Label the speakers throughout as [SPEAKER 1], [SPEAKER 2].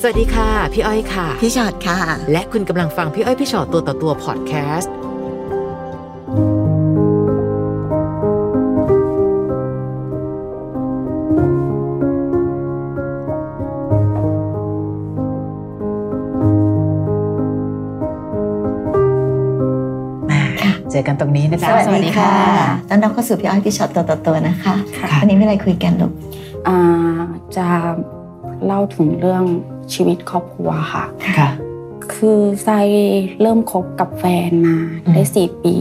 [SPEAKER 1] สวัสดีค่ะ พี่อ้อยค่ะ
[SPEAKER 2] พี่ชอดค่ะ
[SPEAKER 1] และคุณกำลังฟังพี่อ้อยพี่ชอตตัวต่อตัวพอดแคสต์ เจอกันตรงนี้นะจ๊ะ
[SPEAKER 2] สวัสดีค่ะต้อนรับเข้าสู่พี่อ้อยพี่ชอตตัวต่อตัวนะคะ
[SPEAKER 3] ค่ะ
[SPEAKER 2] วันนี้มีอะไรคุยกันลูก
[SPEAKER 3] อ่าจะเล่าถึงเรื่องชีวิตครอบครัวค่ะ
[SPEAKER 1] ค่ะ
[SPEAKER 3] คือไซเริ่มคบกับแฟนมาได้
[SPEAKER 1] อืม
[SPEAKER 3] สี่ปี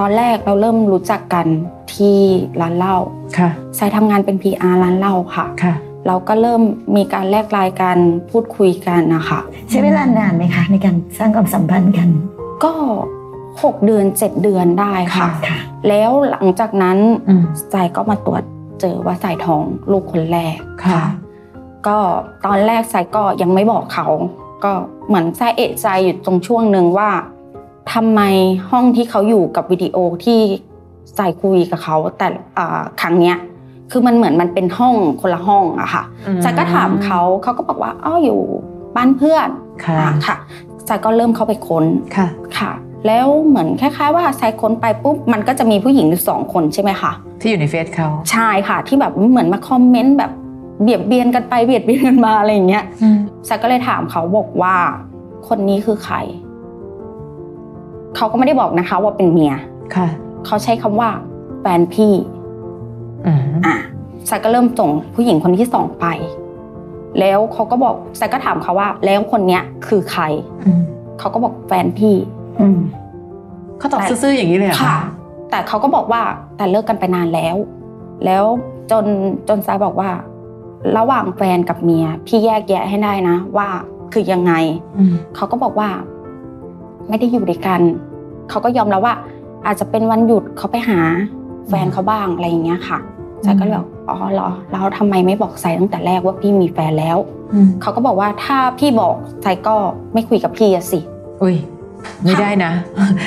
[SPEAKER 3] ตอนแรกเราเริ่มรู้จักกันที่ร้านเหล้า
[SPEAKER 1] ค่ะ
[SPEAKER 3] ไซทำงานเป็น PR ร้านเหล้าค่ะ
[SPEAKER 1] ค่ะ
[SPEAKER 3] เราก็เริ่มมีการแลกไลน์กันพูดคุยกันนะคะ
[SPEAKER 2] ใช้เวลานานไหมคะในการสร้างความสัมพันธ์กัน
[SPEAKER 3] ก็ 6 เดือน 7 เดือนได้ค่ะ
[SPEAKER 2] ค่ะ
[SPEAKER 3] แล้วหลังจากนั้น
[SPEAKER 1] อืม
[SPEAKER 3] สายก็มาตรวจเจอว่าสายท้องลูกคนแรก
[SPEAKER 1] ค่ะ
[SPEAKER 3] ก็ตอนแรกสายก็ยังไม่บอกเขา ก็เหมือนสายเอะใจอยู่ตรงช่วงหนึ่งว่าทำไมห้องที่เขาอยู่กับวิดีโอที่สายคุยกับเขาแต่อ่าครั้งเนี้ยคือมันเหมือนมันเป็นห้องคนละห้องอะค่ะสายก็ถามเขาเขาก็บอกว่าอ้ออยู่บ้านเพื่อน
[SPEAKER 1] ค่ะ
[SPEAKER 3] อ่าค่ะสายก็เริ่มเข้าไปค้น
[SPEAKER 1] ค่ะ
[SPEAKER 3] ค่ะ แล้วเหมือนคล้ายๆว่าไซค้นไปปุ๊บ มันก็จะมีผู้หญิงอยู่สองคนใช่ไหมคะ
[SPEAKER 1] ที่อยู่ในเฟซเขา
[SPEAKER 3] ใช่ค่ะ ที่แบบเหมือนมาคอมเมนต์แบบเบียดเบียนกันไปเบียดเบียนกันมาอะไรอย่างเงี้ยไซก็เลยถามเขาบอกว่า คนนี้คือใคร เขาก็ไม่ได้บอกนะคะ ว่าเป็นเมีย
[SPEAKER 1] ค่ะ
[SPEAKER 3] เขาใช้คำว่าแฟนพี่
[SPEAKER 1] อืม
[SPEAKER 3] อ่ะไซก็เริ่มส่งผู้หญิงคนที่สองไป แล้วเขาก็บอกไซก็ถามเขาว่า แล้วคนเนี้ยคือใคร เขาก็บอกแฟนพี่
[SPEAKER 2] อืม
[SPEAKER 4] เขาตอบซื่อๆอย่างนี้เลยเหรอ
[SPEAKER 3] ค่ะ แต่เขาก็บอกว่าแต่เลิกกันไปนานแล้ว แล้วจนจนซายบอกว่า ระหว่างแฟนกับเมีย พี่แยกแยะให้ได้นะ ว่าคือยังไง
[SPEAKER 4] อืม
[SPEAKER 3] เขาก็บอกว่า ไม่ได้อยู่ด้วยกัน เขาก็ยอมแล้วว่า อาจจะเป็นวันหยุดเขาไปหา แฟนเขาบ้างอะไรอย่างเงี้ยค่ะซายก็เลยบอกอ๋อเหรอแล้วทำไมไม่บอกซายตั้งแต่แรกว่าพี่มีแฟนแล้ว
[SPEAKER 4] อืม
[SPEAKER 3] เขาก็บอกว่าถ้าพี่บอกซายก็ไม่คุยกับพี่อะสิ
[SPEAKER 4] อุ้ยไม่
[SPEAKER 3] ค่ะ
[SPEAKER 4] ได้นะ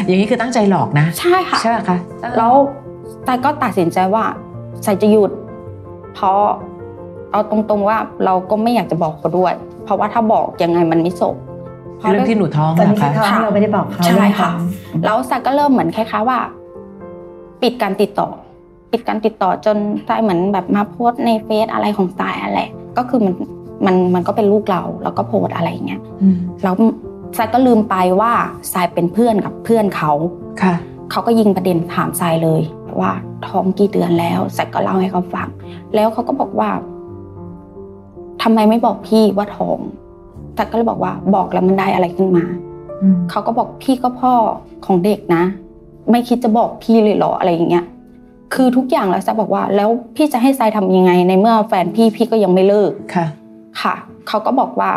[SPEAKER 4] อย่างนี้คือตั้งใจหลอกนะ
[SPEAKER 3] ใช่ค่ะ
[SPEAKER 4] ใช่ป่ะคะ
[SPEAKER 3] แล้วตายก็ตัดสินใจว่าสายจะหยุด เพราะเอาตรงๆว่าเราก็ไม่อยากจะบอกเขาด้วย เพราะว่าถ้าบอกยังไงมันไม่จบพาะ
[SPEAKER 4] เรื่องที่หนูท้อง
[SPEAKER 2] ตอนนี้
[SPEAKER 4] นะคะ
[SPEAKER 2] ที่ท้อง
[SPEAKER 3] ค่ะ
[SPEAKER 2] เราไม่ได้บอกเขา
[SPEAKER 3] ใช่
[SPEAKER 2] เรื่อง
[SPEAKER 3] ค่ะ
[SPEAKER 2] ท้อง
[SPEAKER 3] แล้วสายก็เริ่มเหมือนคล้ายๆว่า ปิดการติดต่อ ปิดการติดต่อจนสายเหมือนแบบมาโพสต์ในเฟซอะไรของสายอะไรก็คือมันมันมันก็เป็นลูกเราแล้วก็โพสต์อะไรอย่างเงี้ย
[SPEAKER 4] อืม
[SPEAKER 3] แล้วสายก็ลืมไปว่าสายเป็นเพื่อนกับเพื่อนเขา
[SPEAKER 4] ค่ะ
[SPEAKER 3] เขาก็ยิงประเด็นถามทรายเลย ว่าท้องกี่เดือนแล้วทรายก็เล่าให้เขาฟัง แล้วเขาก็บอกว่าทำไมไม่บอกพี่ว่าท้องทรายก็เลยบอกว่าบอกแล้วมันได้อะไรขึ้นมา
[SPEAKER 4] อืม
[SPEAKER 3] เขาก็บอกพี่ก็พ่อของเด็กนะ ไม่คิดจะบอกพี่เลยเหรออะไรอย่างเงี้ย คือทุกอย่างแล้วทรายบอกว่า แล้วพี่จะให้ทรายทำยังไง ในเมื่อแฟนพี่พี่ก็ยังไม่เลิก
[SPEAKER 4] ค่ะ
[SPEAKER 3] ค่ะ เขาก็บอกว่า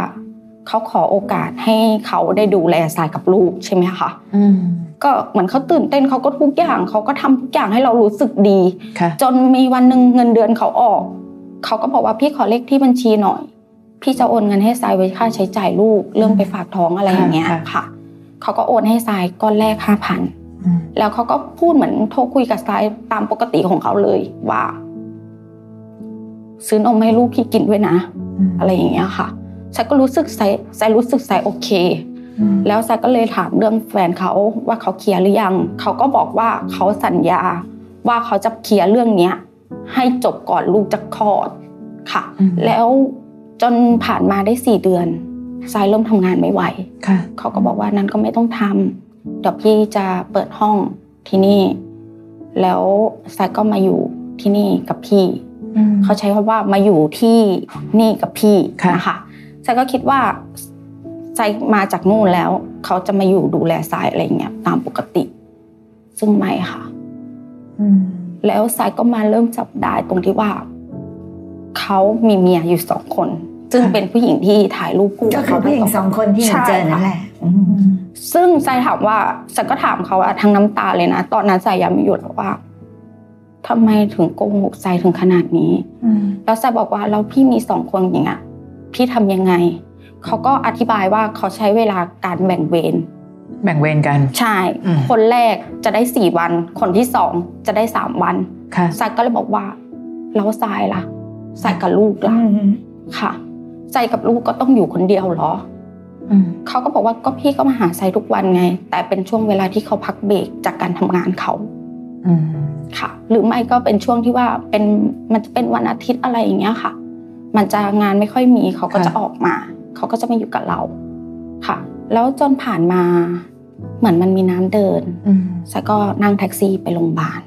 [SPEAKER 3] เขาขอโอกาสให้เขาได้ดูแลทรายกับลูกใช่ไหมคะ
[SPEAKER 4] อืม
[SPEAKER 3] ก็เหมือนเขาตื่นเต้นเขาก็ทุกอย่างเขาก็ทำทุกอย่างให้เรารู้สึกดี
[SPEAKER 4] ค่ะ
[SPEAKER 3] จนมีวันหนึ่งเงินเดือนเขาออก เขาก็บอกว่าพี่ขอเลขที่บัญชีหน่อย พี่จะโอนเงินให้ทรายไว้ค่าใช้จ่ายลูกเรื่องไปฝากท้องอะไรอย่างเงี้ย
[SPEAKER 4] ค่ะ
[SPEAKER 3] ค่ะ เขาก็โอนให้ทรายก้อนแรกห้าพัน
[SPEAKER 4] อืม
[SPEAKER 3] แล้วเขาก็พูดเหมือนโทรคุยกับทรายตามปกติของเขาเลยว่า ซื้อนมให้ลูกพี่กินด้วยนะ
[SPEAKER 4] อืม
[SPEAKER 3] อะไรอย่างเงี้ยค่ะทรายก็รู้สึกทรายทรายรู้สึกทรายโอเค
[SPEAKER 4] อืม
[SPEAKER 3] แล้วซาก็เลยถามเรื่องแฟนเขาว่าเขาเคลียร์หรือยัง เขาก็บอกว่าเขาสัญญาว่าเขาจะเคลียร์เรื่องเนี้ยให้จบก่อนลูกจะคลอดค่ะ
[SPEAKER 4] อืม
[SPEAKER 3] แล้วจนผ่านมาได้สี่เดือนซายเริ่มทำงานไม่ไหว
[SPEAKER 4] ค่ะ
[SPEAKER 3] เขาก็บอกว่านั้นก็ไม่ต้องทำเดี๋ยวพี่จะเปิดห้องที่นี่ แล้วซายก็มาอยู่ที่นี่กับพี่
[SPEAKER 4] อืม
[SPEAKER 3] เขาใช้คำว่ามาอยู่ที่นี่กับพี่
[SPEAKER 4] ค่ะ
[SPEAKER 3] นะคะใจก็คิดว่าใจมาจากนู่นแล้ว เขาจะมาอยู่ดูแลสายอะไรเงี้ยตามปกติ ซึ่งไม่ค่ะ
[SPEAKER 4] อืม
[SPEAKER 3] แล้วสายก็มาเริ่มจับได้ตรงที่ว่า เขามีเมียอยู่สองคน ซึ่งเป็นผู้หญิงที่ถ่ายรูปคู่
[SPEAKER 2] ก็คื
[SPEAKER 3] กับ
[SPEAKER 2] อ
[SPEAKER 3] เขา
[SPEAKER 2] ผู้หญิง
[SPEAKER 3] ทั้
[SPEAKER 2] สองคนที่หนูเจอนั่นแหละอืม
[SPEAKER 4] อืม
[SPEAKER 3] ซึ่งใจถามว่าใจก็ถามเขาว่าทั้งน้ำตาเลยนะตอนนั้นใจยังไม่หยุดหรอกว่าทำไมถึงโกหกใจถึงขนาดนี้
[SPEAKER 4] อืม
[SPEAKER 3] แล้วแซบบอกว่าแล้วพี่มีสองคนอย่างเงี้ยพี่ทำยังไง เขาก็อธิบายว่าเขาใช้เวลาการแบ่งเวร
[SPEAKER 4] แบ่งเวรกัน
[SPEAKER 3] ใช่
[SPEAKER 4] อืม
[SPEAKER 3] คนแรกจะได้สี่วัน คนที่สองจะได้สามวัน
[SPEAKER 4] ค่ะ
[SPEAKER 3] ซายก็เลยบอกว่าแล้วซายล่ะซายกับลูก
[SPEAKER 2] อื
[SPEAKER 3] ล่ะ
[SPEAKER 2] ม
[SPEAKER 3] ค่ะ ใจกับลูกก็ต้องอยู่คนเดียวเหรอ
[SPEAKER 4] อืม
[SPEAKER 3] เขาก็บอกว่าก็พี่ก็มาหาไซทุกวันไง แต่เป็นช่วงเวลาที่เขาพักเบรกจากการทำงานเขา
[SPEAKER 4] อืม
[SPEAKER 3] ค่ะ หรือไม่ก็เป็นช่วงที่ว่าเป็นมันจะเป็นวันอาทิตย์อะไรอย่างเงี้ยค่ะ มันจะงานไม่ค่อยมีเขาก็จะออกมา เขาก็จะมาอยู่กับเราค่ะ แล้วจนผ่านมาเหมือนมันมีน้ำเดิน
[SPEAKER 4] อืม
[SPEAKER 3] ไซก็นั่งแท็กซี่ไปโรงพยาบาล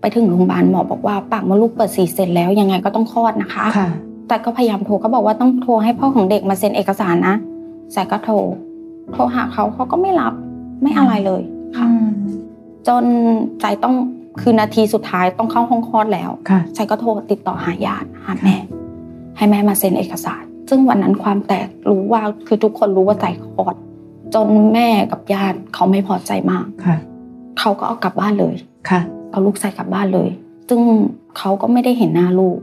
[SPEAKER 3] ไปถึงโรงพยาบาลหมอบอกว่าปากมดลูกเปิดสีเสร็จแล้วยังไงก็ต้องคลอดนะคะ
[SPEAKER 4] ค่ะ
[SPEAKER 3] แต่ก็พยายามโทรก็บอกว่าต้องโทรให้พ่อของเด็กมาเซ็นเอกสารนะสายก็โทร โทรหาเขาเขาก็ไม่รับไม่อะไรเลยค่ะ
[SPEAKER 4] อืม
[SPEAKER 3] จนใจต้องคือนาทีสุดท้ายต้องเข้าห้องคลอดแล้ว
[SPEAKER 4] ค่ะ
[SPEAKER 3] ใจก็โทรติดต่อหาญาติหาแม่ ให้แม่มาเซ็นเอกสาร ซึ่งวันนั้นความแตกรู้ว่าคือทุกคนรู้ว่าใจคลอด จนแม่กับญาติเขาไม่พอใจมาก
[SPEAKER 4] ค่ะ
[SPEAKER 3] เขาก็เอากลับบ้านเลย
[SPEAKER 4] ค่ะ
[SPEAKER 3] เอาลูกใส่กลับบ้านเลย ซึ่งเขาก็ไม่ได้เห็นหน้าลูก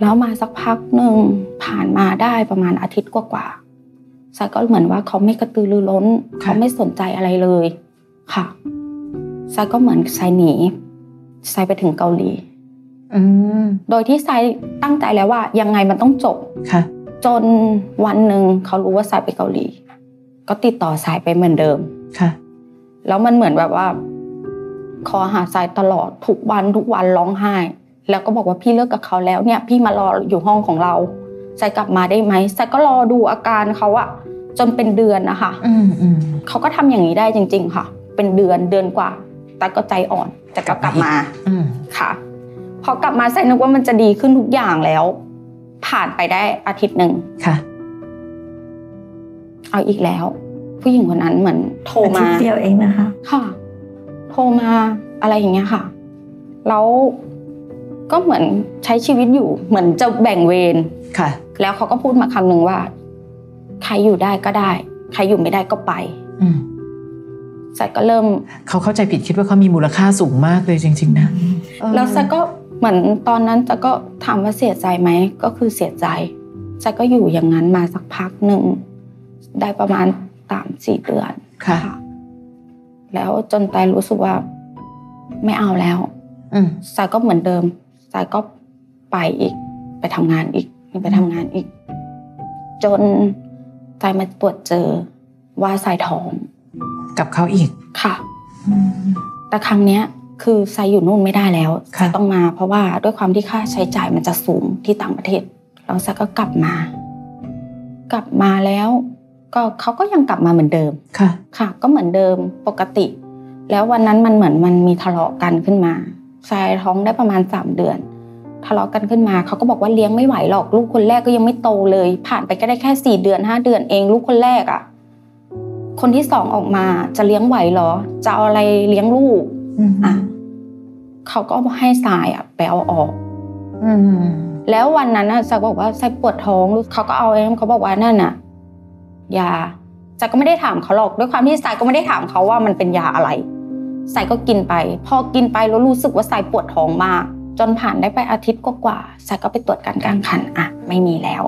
[SPEAKER 3] แล้วมาสักพักหนึ่งผ่านมาได้ประมาณอาทิตย์กว่าๆสายก็เหมือนว่าเขาไม่กระตือรือร้น
[SPEAKER 4] ค่ะ
[SPEAKER 3] เขาไม่สนใจอะไรเลย ค่ะสายก็เหมือนสายหนีสายไปถึงเกาหลี
[SPEAKER 4] อืม
[SPEAKER 3] โดยที่สายตั้งใจแล้วว่ายังไงมันต้องจบ
[SPEAKER 4] ค่ะ
[SPEAKER 3] จนวันหนึ่งเขารู้ว่าสายไปเกาหลี ก็ติดต่อสายไปเหมือนเดิม
[SPEAKER 4] ค่ะ
[SPEAKER 3] แล้วมันเหมือนแบบว่า คอหาสายตลอดทุกวันทุกวันร้องไห้ แล้วก็บอกว่าพี่เลิกกับเขาแล้วเนี่ย พี่มารออยู่ห้องของเราสายกลับมาได้ไหมสายก็รอดูอาการเขาอะจนเป็นเดือนนะคะ
[SPEAKER 4] อืมอืม
[SPEAKER 3] เขาก็ทำอย่างนี้ได้จริง ๆ ค่ะ เป็นเดือนเดือนกว่า แต่ก็ใจอ่อนแต่ก็กลับมา
[SPEAKER 1] อืม
[SPEAKER 3] ค่ะ พอกลับมาสายนึกว่ามันจะดีขึ้นทุกอย่างแล้ว ผ่านไปได้อาทิตย์หนึ่ง
[SPEAKER 1] ค่ะ
[SPEAKER 3] เอาอีกแล้ว ผู้หญิงคนนั้นเหมือนโทร
[SPEAKER 2] อา
[SPEAKER 3] มา
[SPEAKER 2] ทิตย์เดียวเองนะคะ
[SPEAKER 3] ค่ะ โทรมาอะไรอย่างเงี้ยค่ะ แล้วก็เหมือนใช้ชีวิตอยู่ เหมือนจะแบ่งเวร
[SPEAKER 1] ค่ะ
[SPEAKER 3] แล้วเขาก็พูดมาคำหนึ่งว่า ใครอยู่ได้ก็ได้ ใครอยู่ไม่ได้ก็ไป
[SPEAKER 1] อืม
[SPEAKER 3] สัตก็เริ่ม
[SPEAKER 1] เขาเข้าใจผิดคิดว่าเขามีมูลค่าสูงมากเลยจริง ๆ นะเออ
[SPEAKER 3] แล้วสัตก็เหมือนตอนนั้นสัตก็ถามว่าเสียใจไหม ก็คือเสียใจสัตก็อยู่อย่างนั้นมาสักพักหนึ่ง ได้ประมาณสามสี่เดือน
[SPEAKER 1] ค่ะ
[SPEAKER 3] ค่ะ แล้วจนใจรู้สึกว่าไม่เอาแล้ว
[SPEAKER 1] อืม
[SPEAKER 3] สายก็เหมือนเดิมสายก็ไปอีก ไปทำงานอีก ไปทำงานอีก จนสายมาตรวจเจอว่าสายท้อง
[SPEAKER 1] กับเขาอีก
[SPEAKER 3] ค่ะ
[SPEAKER 4] อืม
[SPEAKER 3] แต่ครั้งเนี้ยคือสายอยู่นู่นไม่ได้แล้ว
[SPEAKER 1] ค่ะ
[SPEAKER 3] สายต้องมา เพราะว่าด้วยความที่ค่าใช้จ่ายมันจะสูงที่ต่างประเทศแล้วสายก็กลับมา กลับมาแล้ว ก็เขาก็ยังกลับมาเหมือนเดิม
[SPEAKER 4] ค่ะ
[SPEAKER 3] ค่ะก็เหมือนเดิมปกติ แล้ววันนั้นมันเหมือนมันมีทะเลาะกันขึ้นมาชายท้องได้ประมาณสามเดือน ทะเลาะกันขึ้นมาเขาก็บอกว่าเลี้ยงไม่ไหวหรอกลูกคนแรกก็ยังไม่โตเลย ผ่านไปก็ได้แค่สี่เดือนห้าเดือนเองลูกคนแรกอะ่ะคนที่สองออกมาจะเลี้ยงไหวเหรอ จะเอาอะไรเลี้ยงลูก
[SPEAKER 4] อืม
[SPEAKER 3] อ่ะเขาก็ให้ทรายอ่ะไปเอาออก
[SPEAKER 4] อืม
[SPEAKER 3] แล้ววันนั้นน่ะซักบอกว่าซักปวดท้องรู้เขาก็เอาเองเขาบอกว่านั่นน่ะยาซักก็ไม่ได้ถามเขาหรอกด้วยความที่ซักก็ไม่ได้ถามเขาว่ามันเป็นยาอะไรซักก็กินไป พอกินไปแล้วรู้สึกว่าซักปวดท้องมาก จนผ่านได้ไปอาทิตย์กว่าๆซักก็ไปตรวจการกลางคันอ่ะไม่มีแล้ว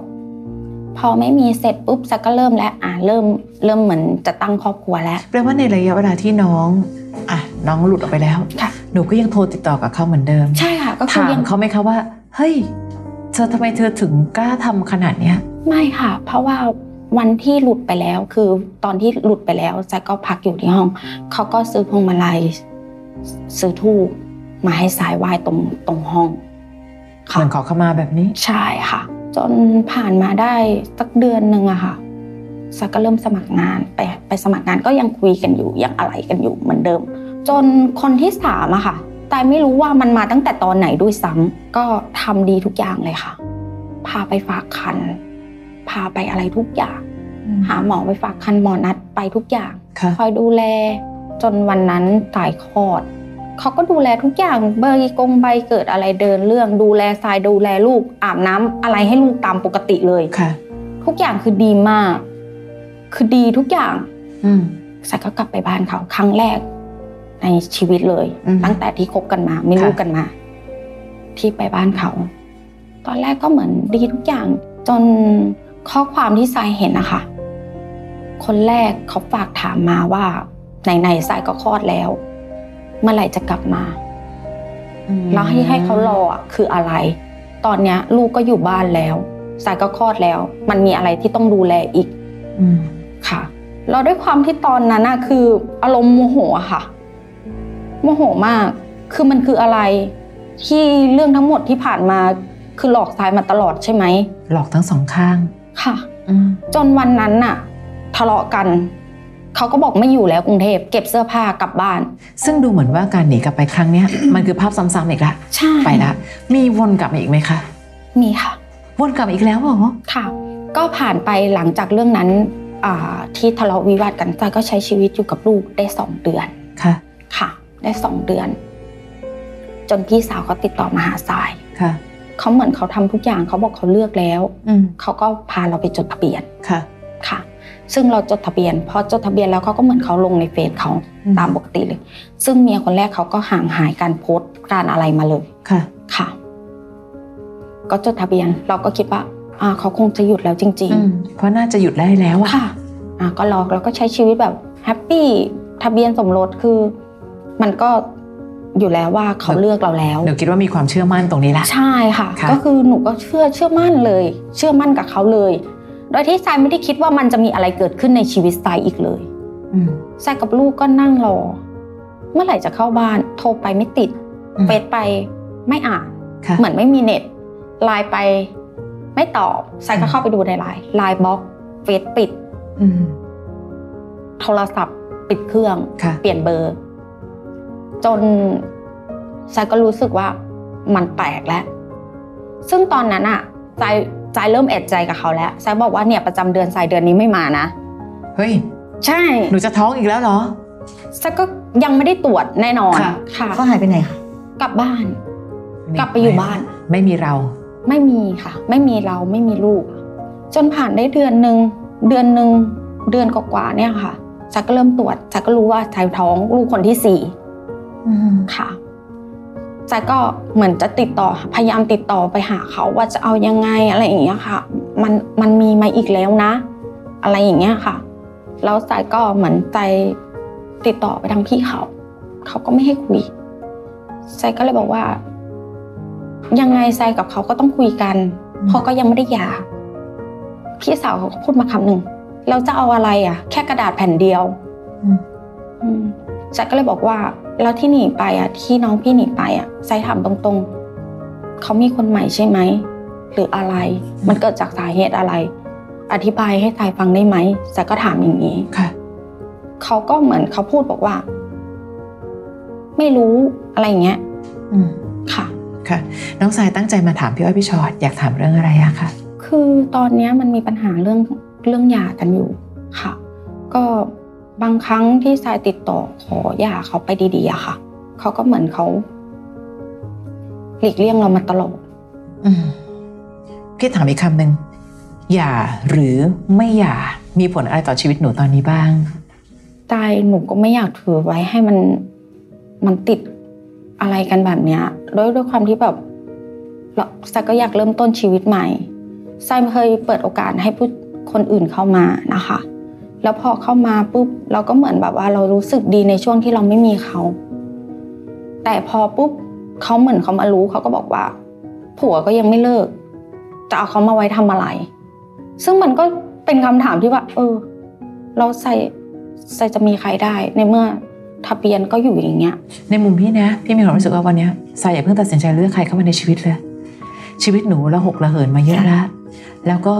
[SPEAKER 3] พอไม่มีเสร็จปุ๊บซักก็เริ่มแล้วอ่ะเริ่มเริ่มเหมือนจะตั้งครอบครัวแล้ว
[SPEAKER 1] แปลว่าในระยะเวลาที่น้อง อ่ะ น้องหลุดออกไปแล้ว
[SPEAKER 3] ค่ะ
[SPEAKER 1] หนูก็ยังโทรติดต่อกับเขาเหมือนเดิม
[SPEAKER 3] ใช่ค่ะ ก็คือ
[SPEAKER 1] ถาม
[SPEAKER 3] ยัง
[SPEAKER 1] เขาไหมคะว่า เฮ้ย เธอทำไมเธอถึงกล้าทำขนาดเนี้ย
[SPEAKER 3] ไม่ค่ะ เพราะว่าวันที่หลุดไปแล้วคือตอนที่หลุดไปแล้วแจ็คก็พักอยู่ที่ห้อง เขาก็ซื้อพวงมาลัยซื้อธูปมาให้สายไหว้ตรงตรงห้อง
[SPEAKER 1] เหมือนขอเข้ามาแบบนี้
[SPEAKER 3] ใช่ค่ะ จนผ่านมาได้สักเดือนหนึ่งอะค่ะแจ็คก็เริ่มสมัครงานไปไปสมัครงานก็ยังคุยกันอยู่ยังอะไรกันอยู่เหมือนเดิม จนคนที่สามอะค่ะแต่ไม่รู้ว่ามันมาตั้งแต่ตอนไหนด้วยซ้ำก็ทำดีทุกอย่างเลยค่ะ พาไปฝากคัน พาไปอะไรทุกอย่าง
[SPEAKER 4] อืม
[SPEAKER 3] หาหมอไปฝากคันหมอนัดไปทุกอย่าง
[SPEAKER 1] ค่ะ
[SPEAKER 3] คอยดูแล จนวันนั้นตายคลอด เขาก็ดูแลทุกอย่างเบอร์กงใบเกิดอะไรเดินเรื่องดูแลทรายดูแลลูกอาบน้ำอะไรให้ลูกตามปกติเลย
[SPEAKER 1] ค่ะ
[SPEAKER 3] ทุกอย่างคือดีมาก คือดีทุกอย่าง
[SPEAKER 1] อืม
[SPEAKER 3] สายก็กลับไปบ้านเขาครั้งแรกในชีวิตเลย
[SPEAKER 1] อืม
[SPEAKER 3] ตั้งแต่ที่คบกันมาไม่
[SPEAKER 1] ค่ะ
[SPEAKER 3] รู้กันมา ที่ไปบ้านเขา ตอนแรกก็เหมือนดีทุกอย่าง จนข้อความที่สายเห็นนะคะคนแรกเขาฝากถามมาว่าไหนๆสายก็คลอดแล้ว เมื่อไหร่จะกลับมา แล้วให้ให้เขารออะคืออะไร ตอนเนี้ยลูกก็อยู่บ้านแล้วสายก็คลอดแล้ว มันมีอะไรที่ต้องดูแลอีก
[SPEAKER 4] อืม
[SPEAKER 3] ค่ะแล้วด้วยความที่ตอนนั้นน่ะคืออารมณ์โมโหอะค่ะ โมโหมาก คือมันคืออะไร ที่เรื่องทั้งหมดที่ผ่านมาคือหลอกสายมาตลอดใช่ไหม
[SPEAKER 1] หลอกทั้งสองข้าง
[SPEAKER 3] ค่ะ
[SPEAKER 4] อืม
[SPEAKER 3] จนวันนั้นน่ะ ทะเลาะกัน เขาก็บอกไม่อยู่แล้วกรุงเทพเก็บเสื้อผ้ากลับบ้าน
[SPEAKER 1] ซึ่งดูเหมือนว่าการหนีกลับไปครั้งเนี้ย มันคือภาพซ้ำๆอีกละ
[SPEAKER 3] ใช่
[SPEAKER 1] ไปละมีวนกลับมาอีกไหมคะ
[SPEAKER 3] มีค่ะ
[SPEAKER 1] วนกลับมาอีกแล้วเหรอ
[SPEAKER 3] ค่ะ ก็ผ่านไปหลังจากเรื่องนั้นอ่าที่ทะเลาะวิวาทกันจอยก็ใช้ชีวิตอยู่กับลูกได้สองเดือน
[SPEAKER 1] ค่ะ
[SPEAKER 3] ค่ะ ได้สองเดือน จนพี่สาวเขาติดต่อมาหาทราย
[SPEAKER 1] ค่ะ
[SPEAKER 3] เขาเหมือนเขาทำทุกอย่างเขาบอกเขาเลือกแล้ว
[SPEAKER 4] อืม
[SPEAKER 3] เขาก็พาเราไปจดทะเบียน
[SPEAKER 1] ค่ะ
[SPEAKER 3] ค่ะ ซึ่งเราจดทะเบียนพอจดทะเบียนแล้วเขาก็เหมือนเขาลงในเฟซเขา
[SPEAKER 4] อืม
[SPEAKER 3] ตามปกติเลย ซึ่งเมียคนแรกเขาก็ห่างหายการโพสต์การอะไรมาเลย
[SPEAKER 1] ค่ะ
[SPEAKER 3] ค่ะ ก็จดทะเบียนเราก็คิดว่าอ่าเขาคงจะหยุดแล้วจริง
[SPEAKER 1] อืม
[SPEAKER 3] ๆ
[SPEAKER 1] เพราะน่าจะหยุดได้แล้วอะ
[SPEAKER 3] ค่ะอ่ะก็ลองแล้วก็ใช้ชีวิตแบบแฮปปี้ทะเบียนสมรสคือ มันก็อยู่แล้วว่าเขาเลือกเราแล้ว
[SPEAKER 1] หนูคิดว่ามีความเชื่อมั่นตรงนี้ละ
[SPEAKER 3] ใช่ค่ะ
[SPEAKER 1] ค่ะ
[SPEAKER 3] ก็คือหนูก็เชื่อเชื่อมั่นเลย เชื่อมั่นกับเขาเลย โดยที่ทรายไม่ได้คิดว่ามันจะมีอะไรเกิดขึ้นในชีวิตทรายอีกเลย
[SPEAKER 4] อืม
[SPEAKER 3] ทรายกับลูกก็นั่งรอ เมื่อไหร่จะเข้าบ้าน โทรไปไม่ติด
[SPEAKER 4] อืม
[SPEAKER 3] เฟซไปไม่อ่าน
[SPEAKER 1] ค่ะ
[SPEAKER 3] เหมือนไม่มีเน็ตไลน์ไป ไม่ตอบทรายก็เข้าไปดูในไลน์ไลน์บล็อกเฟซปิด
[SPEAKER 4] อืม
[SPEAKER 3] โทรศัพท์ปิดเครื่อง
[SPEAKER 1] ค่ะ
[SPEAKER 3] เปลี่ยนเบอร์ จนซายก็รู้สึกว่ามันแปลกแล้ว ซึ่งตอนนั้นอะใจใจเริ่มแอดใจกับเขาแล้วซายบอกว่าเนี่ยประจำเดือนสายเดือนนี้ไม่มานะ
[SPEAKER 1] เฮ้ย
[SPEAKER 3] ใช่
[SPEAKER 1] หนูจะท้องอีกแล้วเหรอ
[SPEAKER 3] ซายก็ยังไม่ได้ตรวจแน่นอน
[SPEAKER 1] ค่ะ
[SPEAKER 3] ค่ะ
[SPEAKER 2] เขาหายไปไหนคะ
[SPEAKER 3] กลับบ้าน กลับไปอยู่บ้าน
[SPEAKER 1] ไม่มีเรา
[SPEAKER 3] ไม่มีค่ะ ไม่มีเราไม่มีลูก จนผ่านได้เดือนหนึ่งเดือนหนึ่งเดือนกว่าๆเนี่ยค่ะซายก็เริ่มตรวจซายก็รู้ว่าซายท้องลูกคนที่สี่
[SPEAKER 4] อืม
[SPEAKER 3] ค่ะใจก็เหมือนจะติดต่อพยายามติดต่อไปหาเขาว่าจะเอายังไงอะไรอย่างเงี้ยค่ะ มันมันมีมาอีกแล้วนะ อะไรอย่างเงี้ยค่ะ แล้วใจก็เหมือนใจติดต่อไปทางพี่เขา เขาก็ไม่ให้คุยใจก็เลยบอกว่า ยังไงใจกับเขาก็ต้องคุยกันเพราะก็ยังไม่ได้หย่าพี่สาวเขาก็พูดมาคำหนึ่งเราจะเอาอะไรอ่ะ แค่กระดาษแผ่นเดียว
[SPEAKER 4] อืม
[SPEAKER 3] อืมแจ็คก็เลยบอกว่าแล้วที่หนีไปอ่ะ ที่น้องพี่หนีไปอ่ะใจถามตรงๆ เขามีคนใหม่ใช่ไหม หรืออะไร มันเกิดจากสาเหตุอะไร อธิบายให้ทายฟังได้ไหมแจ็คก็ถามอย่างนี้
[SPEAKER 1] ค่ะ
[SPEAKER 3] เขาก็เหมือนเขาพูดบอกว่า ไม่รู้อะไรอย่างเงี้ย
[SPEAKER 4] อืม
[SPEAKER 3] ค่ะ
[SPEAKER 1] น้องสายตั้งใจมาถามพี่อ้อยพี่ชอตอยากถามเรื่องอะไรอะค่ะ
[SPEAKER 3] คือตอนเนี้ยมันมีปัญหาเรื่องเรื่องหย่ากันอยู่ค่ะ ก็บางครั้งที่ทรายติดต่อขอหย่าเขาไปดีๆอะค่ะ เขาก็เหมือนเขา หลีกเลี่ยงเรามาตลอด
[SPEAKER 4] อืม
[SPEAKER 1] พี่ถามอีกคำหนึ่งอย่าหรือไม่อย่ามีผลอะไรต่อชีวิตหนูตอนนี้บ้าง
[SPEAKER 3] ใจหนูก็ไม่อยากถือไว้ให้มันมันติดอะไรกันแบบเนี้ยด้วยด้วยความที่แบบเราทรายก็อยากเริ่มต้นชีวิตใหม่ทรายเคยเปิดโอกาสให้ผู้คนอื่นเข้ามานะคะ แล้วพอเข้ามาปุ๊บเราก็เหมือนแบบว่าเรารู้สึกดีในช่วงที่เราไม่มีเขา แต่พอปุ๊บเขาเหมือนเขามารู้เขาก็บอกว่า ผัวก็ยังไม่เลิกจะเอาเขามาไว้ทำอะไร ซึ่งมันก็เป็นคำถามที่ว่า เออ เราใส่ใส่จะมีใครได้ ในเมื่อทะเบียนก็อยู่อย่างเงี้ย
[SPEAKER 1] ในมุมพี่นะพี่มีความรู้สึกว่าวันเนี้ยสายอย่าเพิ่งตัดสินใจเลือกใครเข้ามาในชีวิตเลย ชีวิตหนูระหกระเหินมาเยอะแล้วแล้วก็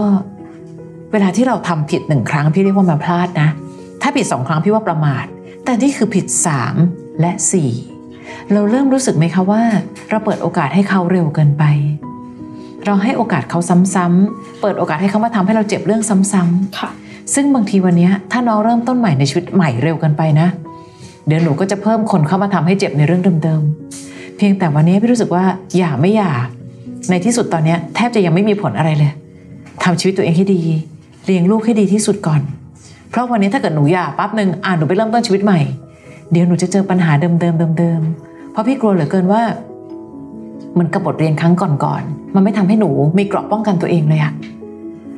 [SPEAKER 1] เวลาที่เราทำผิดหนึ่งครั้งพี่เรียกว่ามันพลาดนะ ถ้าผิดสองครั้งพี่ว่าประมาท แต่นี่คือผิดสามและสี่เราเริ่มรู้สึกไหมคะว่า เราเปิดโอกาสให้เขาเร็วเกินไป เราให้โอกาสเขาซ้ำๆเปิดโอกาสให้เขามาทำให้เราเจ็บเรื่องซ้ำๆ
[SPEAKER 3] ค่ะ
[SPEAKER 1] ซึ่งบางทีวันเนี้ยถ้าน้องเริ่มต้นใหม่ในชีวิตใหม่เร็วเกันไปนะ เดี๋ยวหนูก็จะเพิ่มคนเข้ามาทำให้เจ็บในเรื่องเดิมๆ เพียงแต่วันนี้พี่รู้สึกว่าอย่าไม่อย่า ในที่สุดตอนเนี้ยแทบจะยังไม่มีผลอะไรเลยทำชีวิตตัวเองให้ดี เลี้ยงลูกให้ดีที่สุดก่อน เพราะวันนี้ถ้าเกิดหนูหย่าปั๊บหนึ่งอ่าหนูไปเริ่มต้นชีวิตใหม่ เดี๋ยวหนูจะเจอปัญหาเดิมๆเดิมๆเพราะพี่กลัวเหลือเกินว่าเหมันกับบทเรียนครั้งก่อนๆมันไม่ทำให้หนูมีเกราะป้องกันตัวเองเลยอะ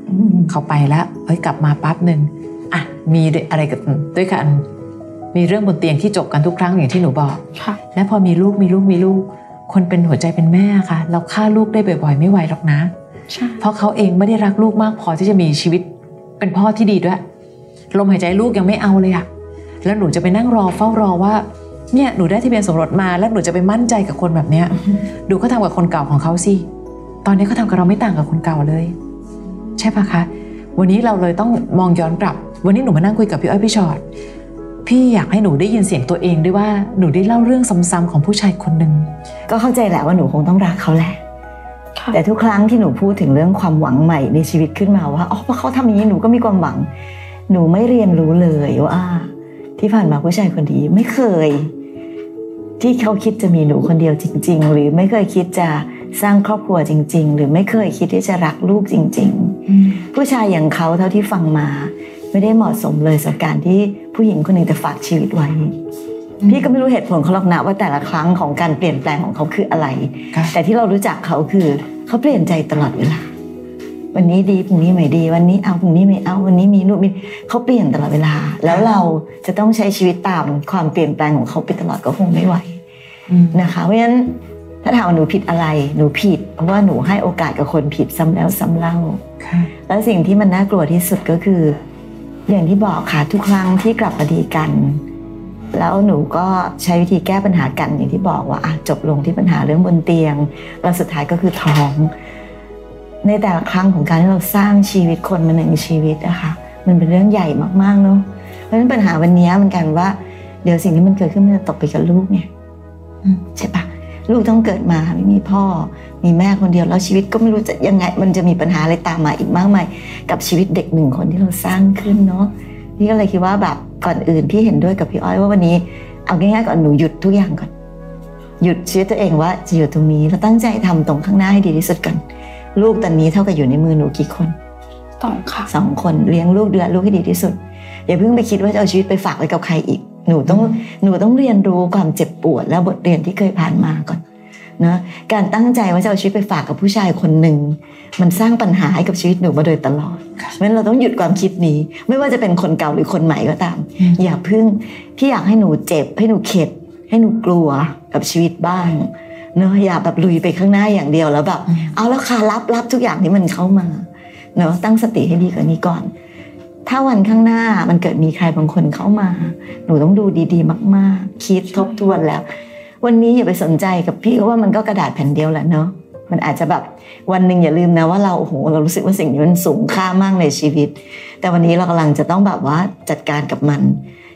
[SPEAKER 2] อืม
[SPEAKER 1] เขาไปแล้วเฮ้ยกลับมาปั๊บหนึ่งอ่ะมีอะไรกับด้วยกัน มีเรื่องบนเตียงที่จบกันทุกครั้งอย่างที่หนูบอก
[SPEAKER 3] ค่ะ
[SPEAKER 1] และพอมีลูกมีลูกมีลูก คนเป็นหัวใจเป็นแม่ค่ะ เราฆ่าลูกได้บ่อย ๆ ไม่ไหวหรอกนะ
[SPEAKER 3] ใช่
[SPEAKER 1] เพราะเขาเองไม่ได้รักลูกมากพอที่จะมีชีวิตเป็นพ่อที่ดีด้วย ลมหายใจลูกยังไม่เอาเลยอะแล้วหนูจะไปนั่งรอเฝ้ารอว่า เนี่ยหนูได้ทะเบียนสมรสมาแล้วหนูจะไปมั่นใจกับคนแบบเนี้ย ดูเขาทำกับคนเก่าของเขาสิ ตอนนี้เขาทำกับเราไม่ต่างกับคนเก่าเลย ใช่ปะคะ วันนี้เราเลยต้องมองย้อนกลับ วันนี้หนูมานั่งคุยกับพี่อ้อยพี่ชอ็อตพี่อยากให้หนูได้ยินเสียงตัวเองด้วยว่าหนูได้เล่าเรื่องซ้ำๆของผู้ชายคนหนึ่ง
[SPEAKER 2] ก็เข้าใจแหละว่าหนูคงต้องรักเขาแหละ
[SPEAKER 3] ค่ะ
[SPEAKER 2] แต่ทุกครั้งที่หนูพูดถึงเรื่องความหวังใหม่ในชีวิตขึ้นมาว่าอ๋อเพราะเขาทำอย่างนี้หนูก็มีความหวัง หนูไม่เรียนรู้เลยว่าที่ผ่านมาผู้ชายคนนี้ไม่เคย ที่เขาคิดจะมีหนูคนเดียวจริง ๆ หรือไม่เคยคิดจะสร้างครอบครัวจริง ๆ หรือไม่เคยคิดที่จะรักลูกจริง ๆ ผู้ชายอย่างเขาเท่าที่ฟังมา ไม่ได้เหมาะสมเลยสำหรับการที่ผู้หญิงคนหนึ่งจะฝากชีวิตไว้ พี่ก็ไม่รู้เหตุผลเขาหรอกนะว่าแต่ละครั้งของการเปลี่ยนแปลงของเขาคืออะไร
[SPEAKER 1] ค่ะ
[SPEAKER 2] แต่ที่เรารู้จักเขาคือเขาเปลี่ยนใจตลอดเวลา วันนี้ดีพรุ่งนี้ไม่ดี วันนี้เอาพรุ่งนี้ไม่เอา วันนี้มีนู่นมีเขาเปลี่ยนตลอดเวลา แล้วเราจะต้องใช้ชีวิตตามความเปลี่ยนแปลงของเขาไปตลอดก็คงไม่ไหว นะคะเพราะฉะนั้นถ้าถามว่าหนูผิดอะไรหนูผิด เพราะว่าหนูให้โอกาสกับคนผิดซ้ำแล้วซ้ำเล่า
[SPEAKER 1] ค่ะ
[SPEAKER 2] และสิ่งที่มันน่ากลัวที่สุดก็คือ อย่างที่บอกค่ะทุกครั้งที่กลับมาดีกัน แล้วหนูก็ใช้วิธีแก้ปัญหากันอย่างที่บอกว่าอ่ะจบลงที่ปัญหาเรื่องบนเตียง แล้วสุดท้ายก็คือท้อง ในแต่ละครั้งของการที่เราสร้างชีวิตคนมาหนึ่งชีวิตนะคะมันเป็นเรื่องใหญ่มากๆเนาะเพราะฉะนั้นปัญหาวันนี้มันกลายเป็นว่า เดี๋ยวสิ่งที่มันเกิดขึ้นมันจะตกไปกับลูกไง
[SPEAKER 4] อืม
[SPEAKER 2] ใช่ปะลูกต้องเกิดมาไม่มีพ่อ มีแม่คนเดียวแล้วชีวิตก็ไม่รู้จะยังไง มันจะมีปัญหาอะไรตามมาอีกมากมาย กับชีวิตเด็กหนึ่งคนที่เราสร้างขึ้นเนาะพี่ก็เลยคิดว่าแบบก่อนอื่นพี่เห็นด้วยกับพี่อ้อยว่าวันนี้ เอาง่ายๆก่อนหนูหยุดทุกอย่างก่อน หยุดชีวิตตัวเองว่าจะอยู่ตรงนี้แล้วตั้งใจทำตรงข้างหน้าให้ดีที่สุดก่อนลูกตอนนี้เท่ากับอยู่ในมือหนูกี่คน
[SPEAKER 3] สองค่ะ
[SPEAKER 2] สองคนเลี้ยงลูกดูแลลูกให้ดีที่สุด อย่าเพิ่งไปคิดว่าจะเอาชีวิตไปฝากไว้กับใครอีก หนูต้องหนูต้องเรียนรู้ความเจ็บปวดและบทเรียนที่เคยผ่านมาก่อนนะการตั้งใจว่าจะเอาชีวิตไปฝากกับผู้ชายคนหนึ่งมันสร้างปัญหาให้กับชีวิตหนูมาโดยตลอดเพ
[SPEAKER 1] ค่ะ
[SPEAKER 2] ราะฉะนั้นเราต้องหยุดความคิดนี้ ไม่ว่าจะเป็นคนเก่าหรือคนใหม่ก็ตาม อย่าเพิ่งพี่อยากให้หนูเจ็บ ให้หนูเข็ด ให้หนูกลัวกับชีวิตบ้างเนอะอย่าแบบลุยไปข้างหน้าอย่างเดียวแล้วแบบเอาแล้วค่ะรับรับทุกอย่างที่มันเข้ามา เนาะตั้งสติให้ดีกว่านี้ก่อน ถ้าวันข้างหน้ามันเกิดมีใครบางคนเข้ามา หนูต้องดูดีๆ มากๆ คิดทบทวนแล้ว วันนี้อย่าไปสนใจกับพี่เพราะว่ามันก็กระดาษแผ่นเดียวแหละเนาะมันอาจจะแบบวันหนึ่งอย่าลืมนะว่าเราโอ้โหเรารู้สึกว่าสิ่งนี้มันสูงค่ามากในชีวิต แต่วันนี้เรากำลังจะต้องแบบว่าจัดการกับมัน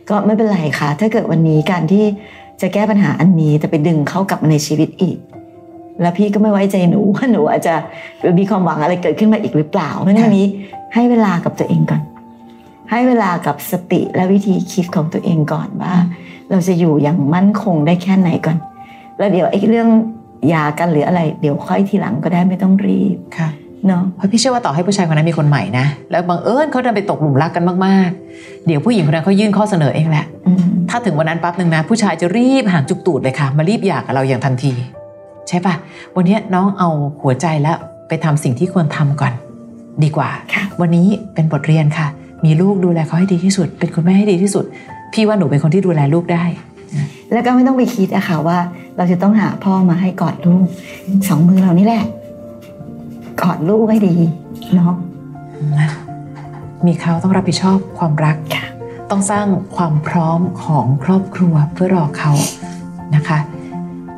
[SPEAKER 2] ก็ไม่เป็นไรค่ะ ถ้าเกิดวันนี้การที่จะแก้ปัญหาอันนี้แต่ไปดึงเขากลับมาในชีวิตอีก แล้วพี่ก็ไม่ไว้ใจหนู ว่าหนูอาจจะมีความหวังอะไรเกิดขึ้นมาอีกหรือเปล่าเพราะฉะนั้นวันนี้ให้เวลากับตัวเองก่อน ให้เวลากับสติและวิธีคิดของตัวเองก่อนว่า เราจะอยู่อย่างมั่นคงได้แค่ไหนก่อน แล้วเดี๋ยวไอ้เรื่องหยากันหรืออะไร เดี๋ยวค่อยทีหลังก็ได้ไม่ต้องรีบ
[SPEAKER 1] ค่ะ
[SPEAKER 2] เนาะ
[SPEAKER 1] เพราะพี่เชื่อว่าต่อให้ผู้ชายคนนั้นมีคนใหม่นะ แล้วบังเอิญเขาดันไปตกหลุมรักกันมากๆ เดี๋ยวผู้หญิงคนนั้นเขายื่นข้อเสนอเองแหละ
[SPEAKER 2] อืม
[SPEAKER 1] ถ้าถึงวันนั้นปั๊บหนึ่งนะ ผู้ชายจะรีบหางจุกตูดเลยค่ะ มารีบหย่ากับเราอย่างทันที ใช่ปะวันนี้น้องเอาหัวใจแล้วไปทำสิ่งที่ควรทำก่อน ดีกว่า
[SPEAKER 2] ค่ะ
[SPEAKER 1] วันนี้เป็นบทเรียนค่ะ มีลูกดูแลเขาให้ดีที่สุด เป็นคุณแม่ให้ดีที่สุด พี่ว่าหนูเป็นคนที่ดูแลลูกได้
[SPEAKER 2] แล้วก็ไม่ต้องไปคิดอะค่ะว่า เราจะต้องหาพ่อมาให้กอดลูกสองมือเรานี่แหละกอดลูกให้ดีเนาะ
[SPEAKER 1] นะมีเขาต้องรับผิดชอบความรัก
[SPEAKER 2] ค่ะ
[SPEAKER 1] ต้องสร้างความพร้อมของครอบครัวเพื่อรอเขานะคะ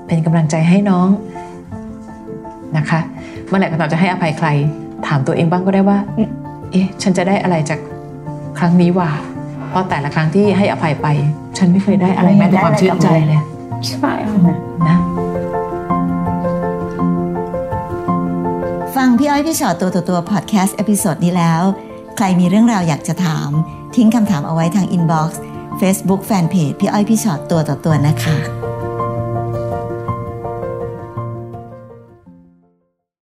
[SPEAKER 1] เป็นกำลังใจให้น้องนะคะเมื่อไหร่ก็ตามจะให้อภัยใคร ถามตัวเองบ้างก็ได้ว่า เอ๊ะฉันจะได้อะไรจากครั้งนี้ว่า เพราะแต่ละครั้งที่ให้อภัยไป ฉันไม่เคยได้อะไรแม้แต่ความชื่นใจเลย
[SPEAKER 3] ใช่ค่ะ
[SPEAKER 1] นะ
[SPEAKER 2] ฟังพี่อ้อยพี่ชอตตัวต่อตัวพอดแคสต์เอพิโซดนี้แล้ว ใครมีเรื่องราวอยากจะถาม ทิ้งคำถามเอาไว้ทางอินบ็อกซ์เฟซบุ๊กแฟนเพจพี่อ้อยพี่ชอตตัวต่อตัวนะคะ